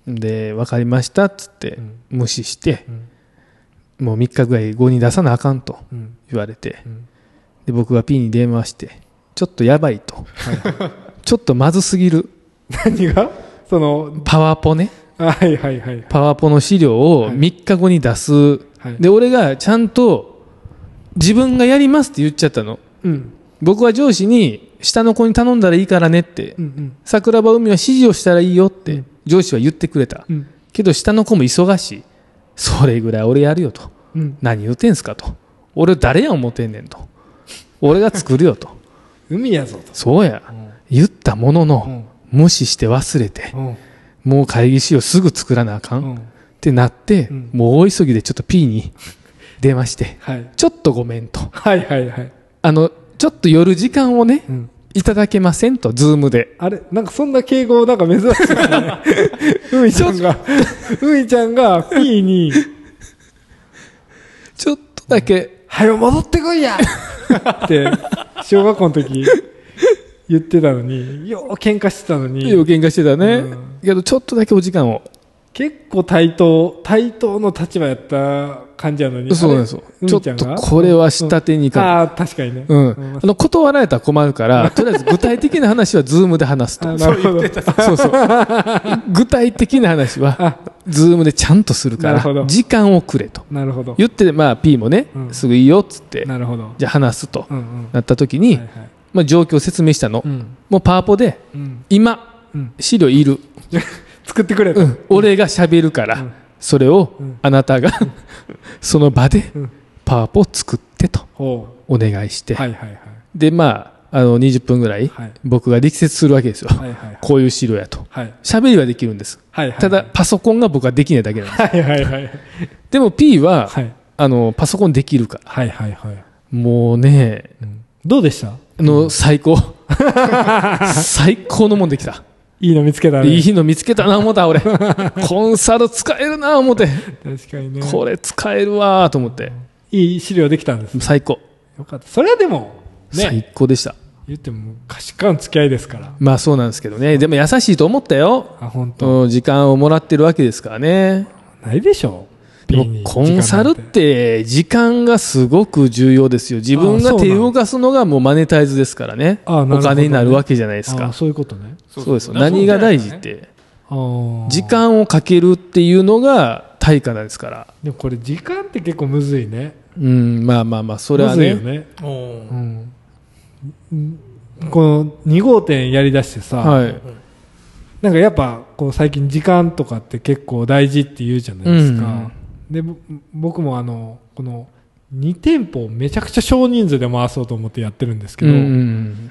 うん
で、わかりましたっつって
うん、
無視して
う、ん。
もう3日ぐらい後に出さなあかんと
うん。
言われて、
うん。
で僕が P に電話して、ちょっとやばいと。 ちょっとまずすぎる。
何がその、
パワポね。
あはいはいはい。
パワポの資料を
はい
3日後に出す。
はい
で、俺がちゃんと自分がやりますって言っちゃったの。
うん。
僕は上司に下の子に頼んだらいいからねって、
うんうん。
桜庭海は指示をしたらいいよって上司は言ってくれた。
うん。
けど下の子も忙しい。それぐらい俺やるよと。
うん。
何言うてんすかと。俺誰や思ってんねんと。俺が作るよと。
海やぞ
そうや。言ったものの、無視して忘れて
と。、うん。
もう会議資料すぐ作らなあかん。
うん。
ってなって、
うん
もう大急ぎでちょっと P に 電話して、
はい。
ちょっとごめんと。
はいはいはい。
あの、ちょっと夜時間をね
う、ん。
いただけませんと、ズームで。
あれなんかそんな敬語なんか珍しいです ね。 海ちゃんが、海ちゃんが P に、
ちょっとだけ、
はよ戻ってこいやって、小学校の時言ってたのに、よう喧嘩してたの
いいお
に、
喧嘩してたね。
うん
けど、ちょっとだけお時間を。
結構対等、対等の立場やった感じやのに。
そうなんですよ
あれ
ちょっ
海ちゃん
と
が
これは下手にいかん
ああ、確かにね。
うん。
うん
あの、断られたら困 るから、とりあえず具体的な話はズームで話すと
あ。な
そ
る
う
ほ
言っ
ど
て。た。
そうそう。具体的な話は、ズームでちゃんとするか
なるほ
ら、
ど
時間をくれと。
なるほど。
言って、まあ、P もね、
うん
すぐいいよっつって、
なるほど。
じゃあ話すと
う、んうん。
なった時
は
に、
いはい
まあ、状況を説明したの。
うん。
もうパワポで、
うん。
今、
うん。
資料いる。
作ってくれと。
うん、俺が喋るから、
うん
それを
うん
あなたが、 その場で
うん
パワポを作ってと
ほ
お願いして、
う。はいはいはい。
で、まあ、あの、20分ぐらい、
はい
僕が力説するわけですよ。
はいはいはい。
こういう資料やと。
はい。
喋りはできるんです。
はいはい。
ただ、、パソコンが僕はできないだけなんです。
はいはいはい。
でも P は、
はい。
あの、パソコンできるから。
はいはいはい。
もうね、
どうでした
あの、最高。最高のもんできた。
いいの見つけたね。
いいの見つけたな、思った、 俺。コンサル使えるな、思って。
確かにね。
これ使えるわ、と思って。
いい資料できたんです。
最高。
よかった。それはでも、ね、
最高でした。
言っても昔からの付き合いですから。
まあそうなんですけどね。でも優しいと思ったよ。
あ、本当。
うん時間をもらってるわけですからね。
ないでしょ
でもコンサルっ。て時間がすごく重要ですよ。自
ああ
分が
そうなん
手を動かすのがもうマネタイズですからね。
ああ
お
なるほどね
金になるわけじゃないで
ピ
す
ンに時間なんてあ
か。
そういうことね。
そうですよ。何が大事っ。て。
あー
時。間をかけるっていうのが対価なんですから。
でもこれ時間って結構むずいね。
うん、まあまあまあ、それ
む
は
ずいよ
ね。
ね。
おー
うん。この2号店やりだしてさ、
はい。
なんかやっぱこう最近時間とかって結構大事って言うじゃないですか、でぼ僕もあのこの2店舗をめちゃくちゃ少人数で回そうと思ってやってるんですけ
うん
ど、
うん。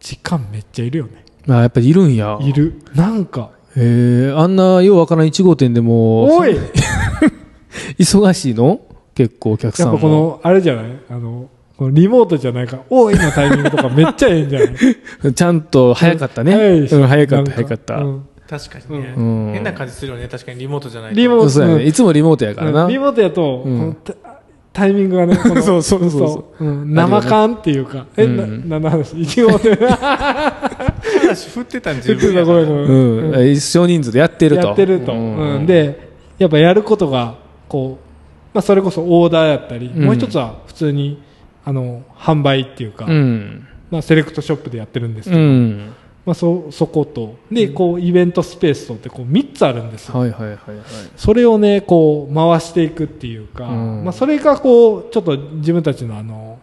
時間めっちゃいるよね
まあやっぱりいるんや。
いるなんか
へえあんなようわからん1号店でも
おい
そ
や
ん
っ
忙しいの結構お客さ
ぱ
んも
このあれじゃないあのこのリモートじゃないから、おいのタイミングとかめっちゃええんじゃない
ちゃんと 早かったね。
早いし
うん、早か
な
っ
ん
た、早かった。
うん
確かにね、
うん
変な感じするよね確かにリモートじゃないと
リモート
そうや
う
ね。
ん
いつもリモートやからな。
リモートやと、
うん
このタタイミングが ね、この
そうそうそうそう
う、ん生感っていうか、え、
うん
な、何の話一応ね、
話振ってたん自
言って
分
た
や
ごめんごめん。
うん。一少人数でやってると。
やってると、
うん
うんでやっぱやることがこう、まあ、それこそオーダーやったり、
うん
もう一つは普通にあの販売っていうか、
うん。
まあ、セレクトショップでやってるんですけ
う
ど、
ん。
まあ、そそことでこうイベントスペースとってこう3つあるんですよ、
はいはいはいはい。
それをねこう回していくっていうか、
うん
まあ、それがこうちょっと自分たちのあの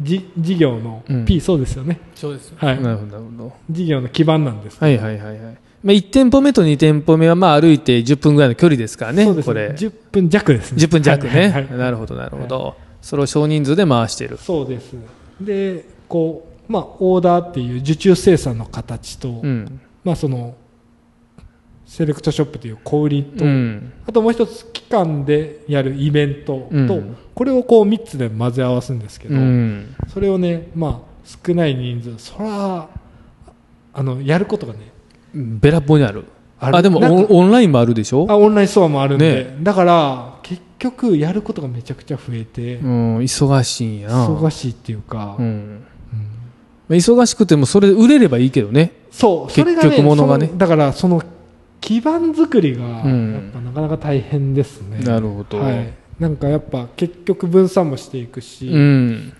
じ事業の
うん
P、そうですよね、
そうです
はい、
なるほど、なるほど。
事業の基盤なんです
はいはいはいはい。まあ、1店舗目と2店舗目は、まあ、歩いて10分ぐらいの距離ですからね、
そうです
これ。
10分弱ですね
10分弱
はい
ね。
はいはい
なるほど、なるほど。それを少人数で回してる。
そうですでこう、まあ、オーダーっていう受注生産の形と、
うん。
まあ、そのセレクトショップという小売りと、
うん。
あともう一つ期間でやるイベントと、
うん
これをこう3つで混ぜ合わすんですけど、
うん。
それをね、まあ、少ない人数それはあのやることがね
べらぼうにある。
ある
あ、でも
なんか
オンオンラインもあるでしょ
あオンラインストアもあるんで、
ね
だから結局やることがめちゃくちゃ増えて、
うん、忙しいんやな。
忙しいっていうか、
うん。
うん
まあ忙しくてもそれで売れればいいけどね。
そう、それがね、
結局物がね
そのだからその基盤作りがやっぱ
うん
なかなか大変ですね。
なるほど。
はい。なんかやっぱ結局分散もしていくし、
うん。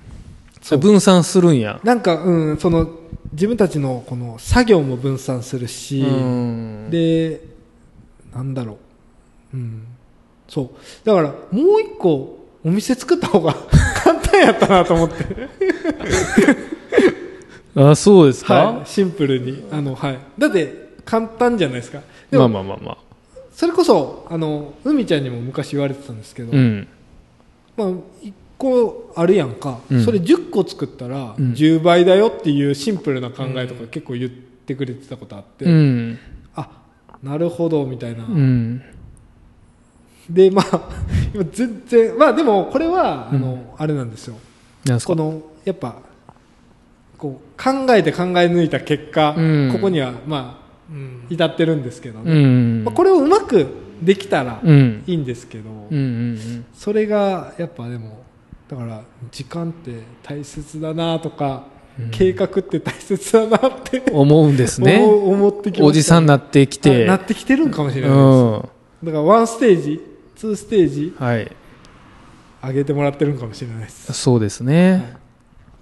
そう
分散するんや。
なんかうんその自分たちのこの作業も分散するし、
うん、
でなんだろう、うん、そうだからもう一個お店作った方が 簡単やったなと思って、
あ、そうですか、
はい、シンプルにあのはいだって簡単じゃないですかで
ま
も
あまあまあまあ。
それこそあの海ちゃんにも昔言われてたんですけど、
うん。
まあ1個あるやんか、
うん
それ10個作ったら
うん
10倍だよっていうシンプルな考えとか結構言ってくれてたことあって、
うん。
あなるほどみたいな、
うん。
でまあ 今全然まあでもこれは、あのあれなんですよ
なんす
こ
か
のやっぱこう考えて考え抜いた結果、
うん
ここにはまあ
うん
至ってるんですけどね、
うん。
まあこれをうまくできたら
うん。
いいんですけど、
うん。うん。
それがやっぱでもだから時間って大切だなとか、計画って大切だなって
思うんですね。
思う思ってきました
おじさんになってきて。
あなってきてるんかもしれ
う
ないです、
ん。は
だからワンステージツーステージ
い。
上げてもらってるんかもしれないです
そうですね。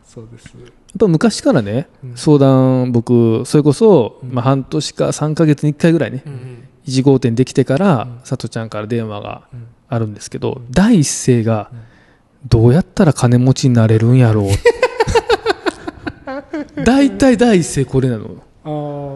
いそうです
やっぱ昔からね、
うん
相談、僕、それこそ、まあ、半年か3ヶ月に1回ぐらいね、
うん
1号店できてから、さとちゃんから電話が
うん
あるんですけど、第一声が、どうやったら金持ちになれるんやろう。大体第一声これなの。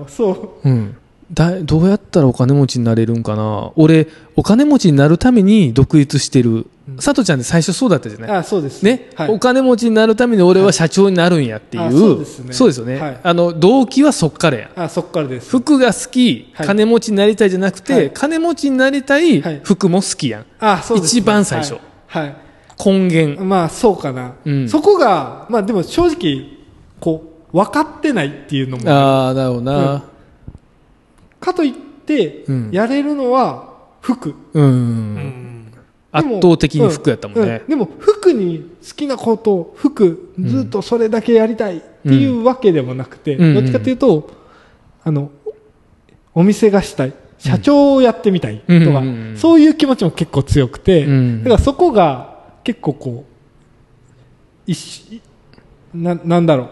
ああそ
うん。だどうやったらお金持ちになれるんかな。俺、お金持ちになるために独立してる。
うん
さとちゃんって最初そうだったじゃ
う
ない
あそうです
ね
はい
お金持ちになるために俺は社長になるんやっていう、
はいあそうですね
そうですよね、
はい
あの動機はそっからやん
あそっからです
服が好き、
はい
金持ちになりたいじゃなくて、
はい
金持ちになりたい
はい
服も好きやん、
あそうです、
一番最初
はい、はい
根源、
まあそうかな、
うん
そこがまあでも正直こう分かってないっていうのも
ああなるほどな
かといって、
うん
やれるのは服
うん、
うん
圧
でも
倒的に服やったもん
う
ね
う、でも服に好きなこと服ずっとそれだけやりたいっていうわけでもなくて、
うん
どっちかというと、あのお店がしたい社長をやってみたいとか、
うん
そういう気持ちも結構強くて、
うん
だからそこが結構こう一緒ななんだろう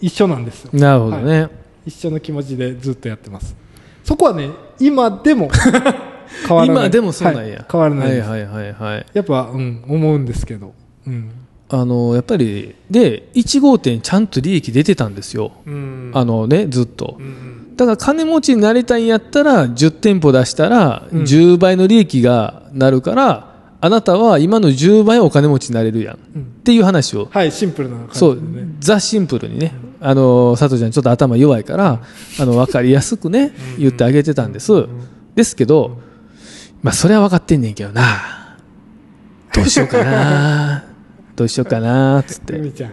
一緒なんですよ
なるほどね、
一緒の気持ちでずっとやってますそこはね今でも変わらない
今でもそうなんや、
はい変わらないです、
はいはいはいはい
やっぱ、うん、思うんですけど、うん、
あのやっぱりで1号店ちゃんと利益出てたんですよ、
うん
あのねずっと、
うん
だから金持ちになりたいんやったら10店舗出したら
うん
10倍の利益がなるから、あなたは今の10倍お金持ちになれるやんっ
うん
ていう話を、
はいシンプルな感じ
そ
で
う
ね
ザ・シンプルにね、あの佐藤ちゃんちょっと頭弱いからあの分かりやすくね言ってあげてたんです、ですけど、まあ、それは分かってんねんけどなどうしようかなどうしようかな、つ
ふ
って。
みちゃん。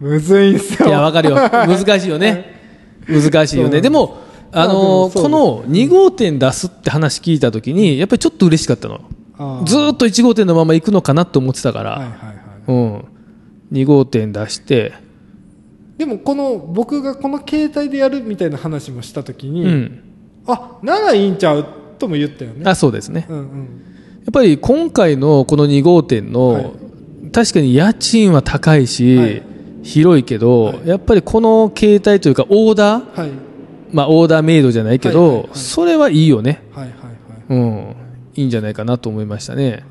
むずいんす
いや、
よ。
わかるよ。難しいよね。難しい
そう
よ
なんで
ね。
す
でも、あ
まあでも
の、
そう
この2号店出すって話聞いたときに、やっぱりちょっと嬉しかったの。
あー
ずーっと1号店のまま行くのかなと思ってたか
はい
ら、
はいはい。
うん。2号店出して、
でもこの僕がこの携帯でやるみたいな話もしたときに、
うん。
あならいいんちゃうとも言ったよね。
あ、そうですね。
うんうん、
やっぱり今回のこの2号店の、
はい
確かに家賃は高いし、
はい
広いけど、
はい
やっぱりこの携帯というかオーダー、
はい
まあ、オーダーメイドじゃないけど、
はいはいはい
それはいいよね、
はいはいはいはい。
うん、いいんじゃないかなと思いましたね。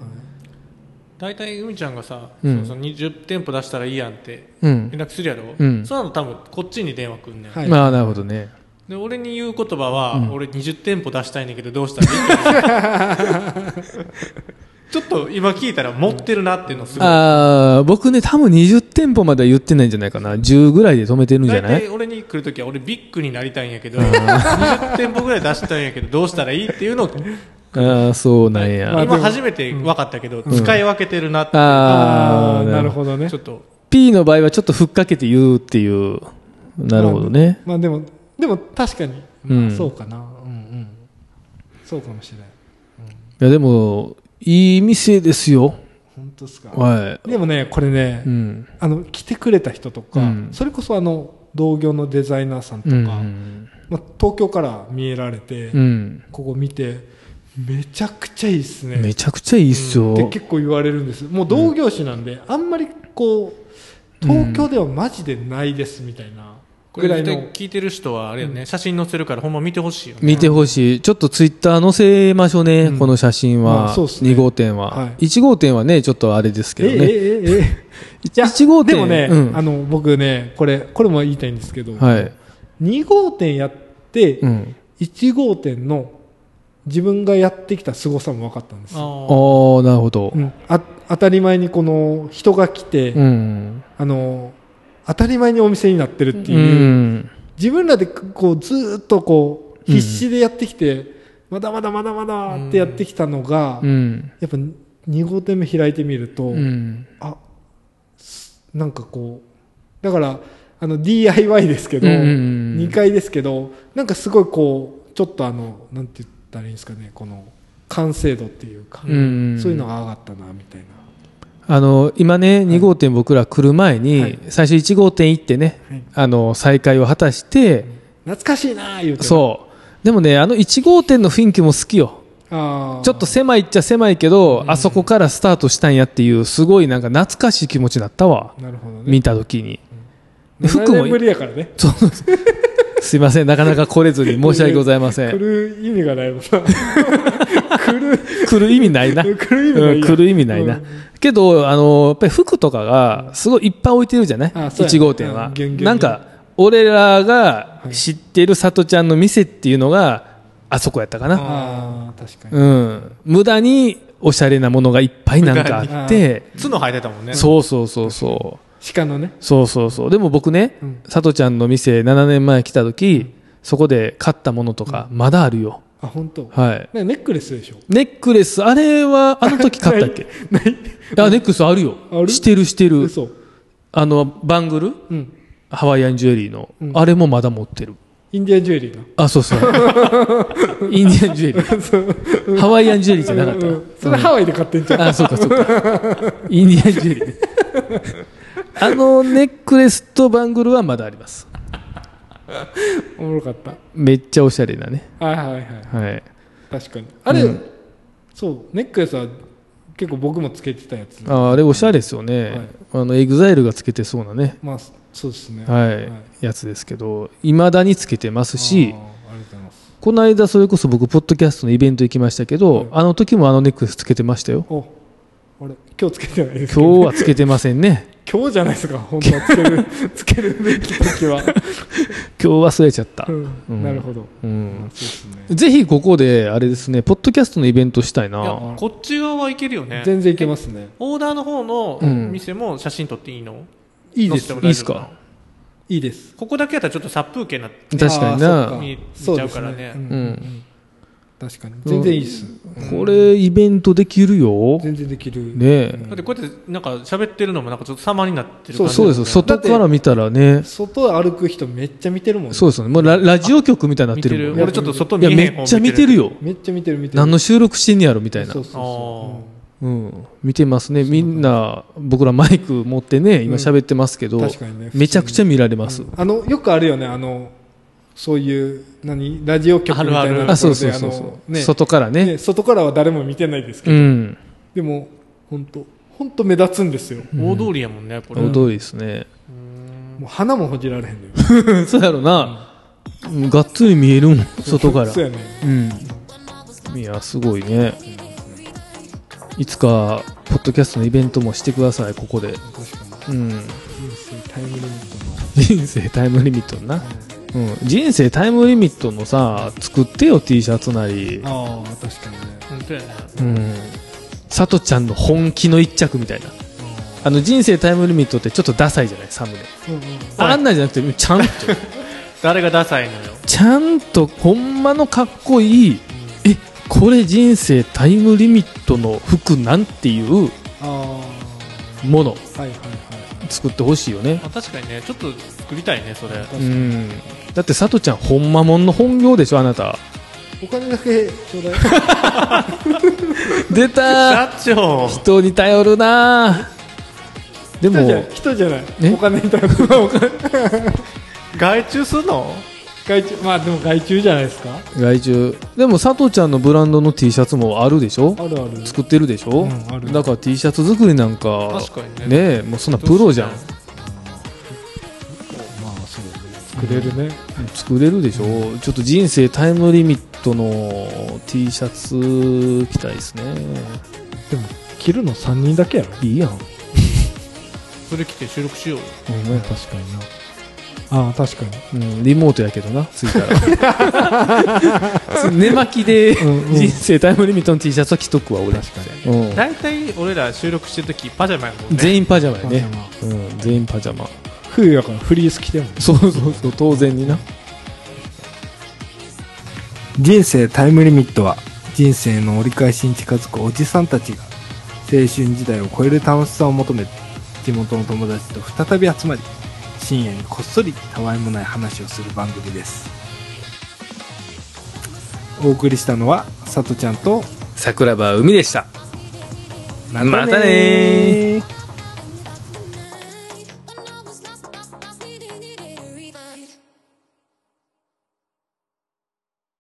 大体海ちゃんがさ、
うん
そのその20店舗出したらいいやんって
うん
連絡するやろ、
うん
その後多分こっちに電話くんねん、
はい
まあなるほどね
で俺に言う言葉は、俺20店舗出したいねんだけどどうしたらいい かちょっと今聞いたら持ってるなっていうのすごい
あー僕ね多分20店舗までは言ってないんじゃないかな10ぐらいで止めてるんじゃ
大
ない
体俺に来るときは俺ビッグになりたいんやけど20店舗ぐらい出したいんやけどどうしたらいいっていうのを
あーそうなんや、
まあでも
今初めて分かったけど、使い分けてるなって、
あ
あ
あ
ーなる
ど
ほどね
ちょ。っと
P の場合はちょっとふっかけて言うっていうなるほどね、
まあ、まあでもでも確かに、
うん
まあ、そうかな、うんうん、そうかもしれない。
いやでもいい店ですよ
本当ですか。
は
でもねこれね、
い、うん、
あの来てくれた人とか、
うん
それこそあの同業のデザイナーさんと
う
か、
ん
まあ、東京から見えられて、
うん、
ここ見てめちゃくちゃいいっすね。
めちゃくちゃいいっすよ、
って結構言われるんですもう同業種なんで、あんまりこう東京ではマジでないですみたいな
こ
ぐ
れ
らい
絶
の、
対聞いてる人はあれよね、写真載せるからほんま見てほしいよね
見てほしいちょっとツイッター載せましょうね、
うん
この写真は、
まあそうっすね
2号店は、
はい
1号店はねちょっとあれですけ
え
どね
ええええ
い1号
で
店
もね、
うん
あの僕ねこれこれも言いたいんですけど、
はい、
2号店やって、
うん、
1号店の自分がやってきた凄さも分かったんです
あ
よ、
あ
ー
あなるほど、
うんあ当たり前にこの人が来て、
うん
あの当たり前にお店になってるっていうう、
ん
自分らでこうずーっとこう必死でやってきて、まだまだまだまだってやってきたのが、
うん
やっぱ2号店目開いてみると、
うん
あすなんかこうだからあの DIY ですけど、
うんうんうん
2階ですけどなんかすごいこうちょっとあのなんて言ったらいいんですかねこの完成度っていうか、
うん
そういうのが上がったなみたいな。
あの今ね、2号店僕ら来る前に、
はい
最初1号店行ってね、
はい
あの再会を果たして、
懐かしいなー言うて
そうでもねあの1号店の雰囲気も好きよ
うあー
ちょっと狭いっちゃ狭いけど、あそこからスタートしたんやっていうすごいなんか懐かしい気持ちになったわ、
なるほどね
見た時に、で服
7
も
年ぶりやからね
そうすいませんなかなか来れずに申し訳ございま せ
来
ん
る意味が ないもんな来る
来る意味ない な
来る意味な
う
い
ん
や
来る意味ないな、
うん
けどあのやっぱり服とかがすごいいっぱい置いてるじゃない、
あそうやね
1号店は、
うんギュンギュンギュン
なんか俺らが知ってる里ちゃんの店っていうのがあそこやったかな、
あー確かに、
うん、無駄におしゃれなものがいっぱいなんかあって
角生えてたもんね
そうそうそうそう
鹿のね
そうそうそうでも僕ね、
うん
さとちゃんの店7年前来た時そこで買ったものとかまだあるよ、
あ本当。
はい
ねネックレスでしょ
ネックレスあれはあの時買ったっけ
ない
あネックレスあるよ
ある
してるしてる
嘘
あのバングル
うん
ハワイアンジュエリーの、
うん
あれもまだ持ってる
インディアンジュエリーの
あそ うそうインディアンジュエリーハワイアンジュエリーじゃなかったな、
うんそれハワイで買ってんじゃん、
あそうかそうかインディアンジュエリーねあのネックレスとバングルはまだあります
おもろかった
めっちゃおしゃれなね
はいはいはい
はい
確かにあれ、
うん
そうネックレスは結構僕もつけてたやつ
ああれおしゃれですよね、
はい
あのエグザイルがつけてそうなね、
まあそうですね
はいやつですけどいまだにつけてますし
あーありがとうございます
この間それこそ僕ポッドキャストのイベント行きましたけど、
はい
あの時もあのネックレスつけてましたよ
おあれ今日つけてないですけど
今日はつけてませんね
今日じゃないですか本当はつけるつけるべき時は、
今日忘れちゃった
う、ん
うん
なるほど、
うん
そうですね
ぜひここであれですねポッドキャストのイベントしたい
いや
な
こっち側はいけるよね
全然いけますね
オーダーの方の
うん
店も写真撮っていいの、
いいで
載
す
せても
いいっ
大丈
す
夫なの
か
いいです
ここだけやったらちょっと殺風景になって
確かにな
あーそっ
見え
そう
ちゃ
で
う
す
からね
うん
うん
確かに全然いいっす
これ、イベントできるよ。
全然できる
ねえ
だってこうやってなんか喋ってるのもなんかちょっと様になってる
そ
感
う
じ
そうですよ。
そうだ
外
ね
から見たらね。
外歩く人めっちゃ見てるもんね
そうですよね。もうララジオ局みたいになっ
見
て
て
る
る
もんね。
俺ちょっと外
い
見え
や、
へん
めっちゃ見てる
よ
よ。
めっちゃ見てる見てる
何の収録してんねやろみたいな
そう。そうそ
うん。見てますね。みんな、僕らマイク持ってね、今喋ってますけど、
うん確かにね
めちゃくちゃ見られ
う
ます。
あのよくあるよねあのそういう何ラジオ局みたいな
あるある
あ、
とこ
そ
ろで
うそうそう
あ
そ
の
う。
ね
外からね。
ね外からは誰も見てないですけ
う
ど
ん。
でも本当本当目立つんですよ
大通りやもんねこれ
大通りですね。
もう花もほじられへんのよ
そうやろな。うんがっつり見えるもん、外から。
そうやね
うん。いや、すごいね。いつか、ポッドキャストのイベントもしてください、ここで。
確かに
うん。
人生タイムリミットの
人生タイムリミットのな。うん。人生タイムリミットのさ、作ってよ、T シャツなり。
ああ確かにね
本当やね
うん。さとちゃんの本気の一着みたいな。あの、人生タイムリミットってちょっとダサいじゃない、サムネ。あんなんじゃなくて、ちゃんと、
誰がダサいのよ
ちゃんと、ほんまのかっこいい、え、これ人生タイムリミットの服なんていう
ああ
もの
はいはいは
作ってほしいよね。
あ確かにねちょっと作りたいねそれ
うん。だって、さとちゃん、ほんまもんの本業でしょ、あなた。
いお金だけちょうだい
出たー
社長
人に頼るなーで
人じゃ
も、
人じゃない
え
お金いただく お金
外注すんの
外注まあでも外注じゃないですか
外注。でも、さとちゃんのブランドの T シャツもあるでしょ
あるある
作ってるでしょ、
うんある
だから T シャツ作りなんか
確かにね
ねえもうそんなプロじゃん
まあそう作れるね
作れるでしょ、ちょっと人生タイムリミットの T シャツ着たいですね
でも着るの3人だけやろ
いいやんほ
それ来て収録しようよ
んまや
確かになああ確かに
うん、リモートやけどな着いたら 寝巻きで
うんうん
人生タイムリミットの T シャツは着とくわ俺、
確かに
うん、
大体俺ら収録してる時パジャマやもんね
全員パジャマや
パジャ
ね
マ、
うん、全員パジャマ
冬やからフリース着ても
そうそうそう当然にな
人生タイムリミットは人生の折り返しに近づくおじさんたちが青春時代を超える楽しさを求めて地元の友達と再び集まり深夜にこっそりたわいもない話をする番組ですお送りしたのはさとちゃんと
桜庭海でした
ま
またね
ー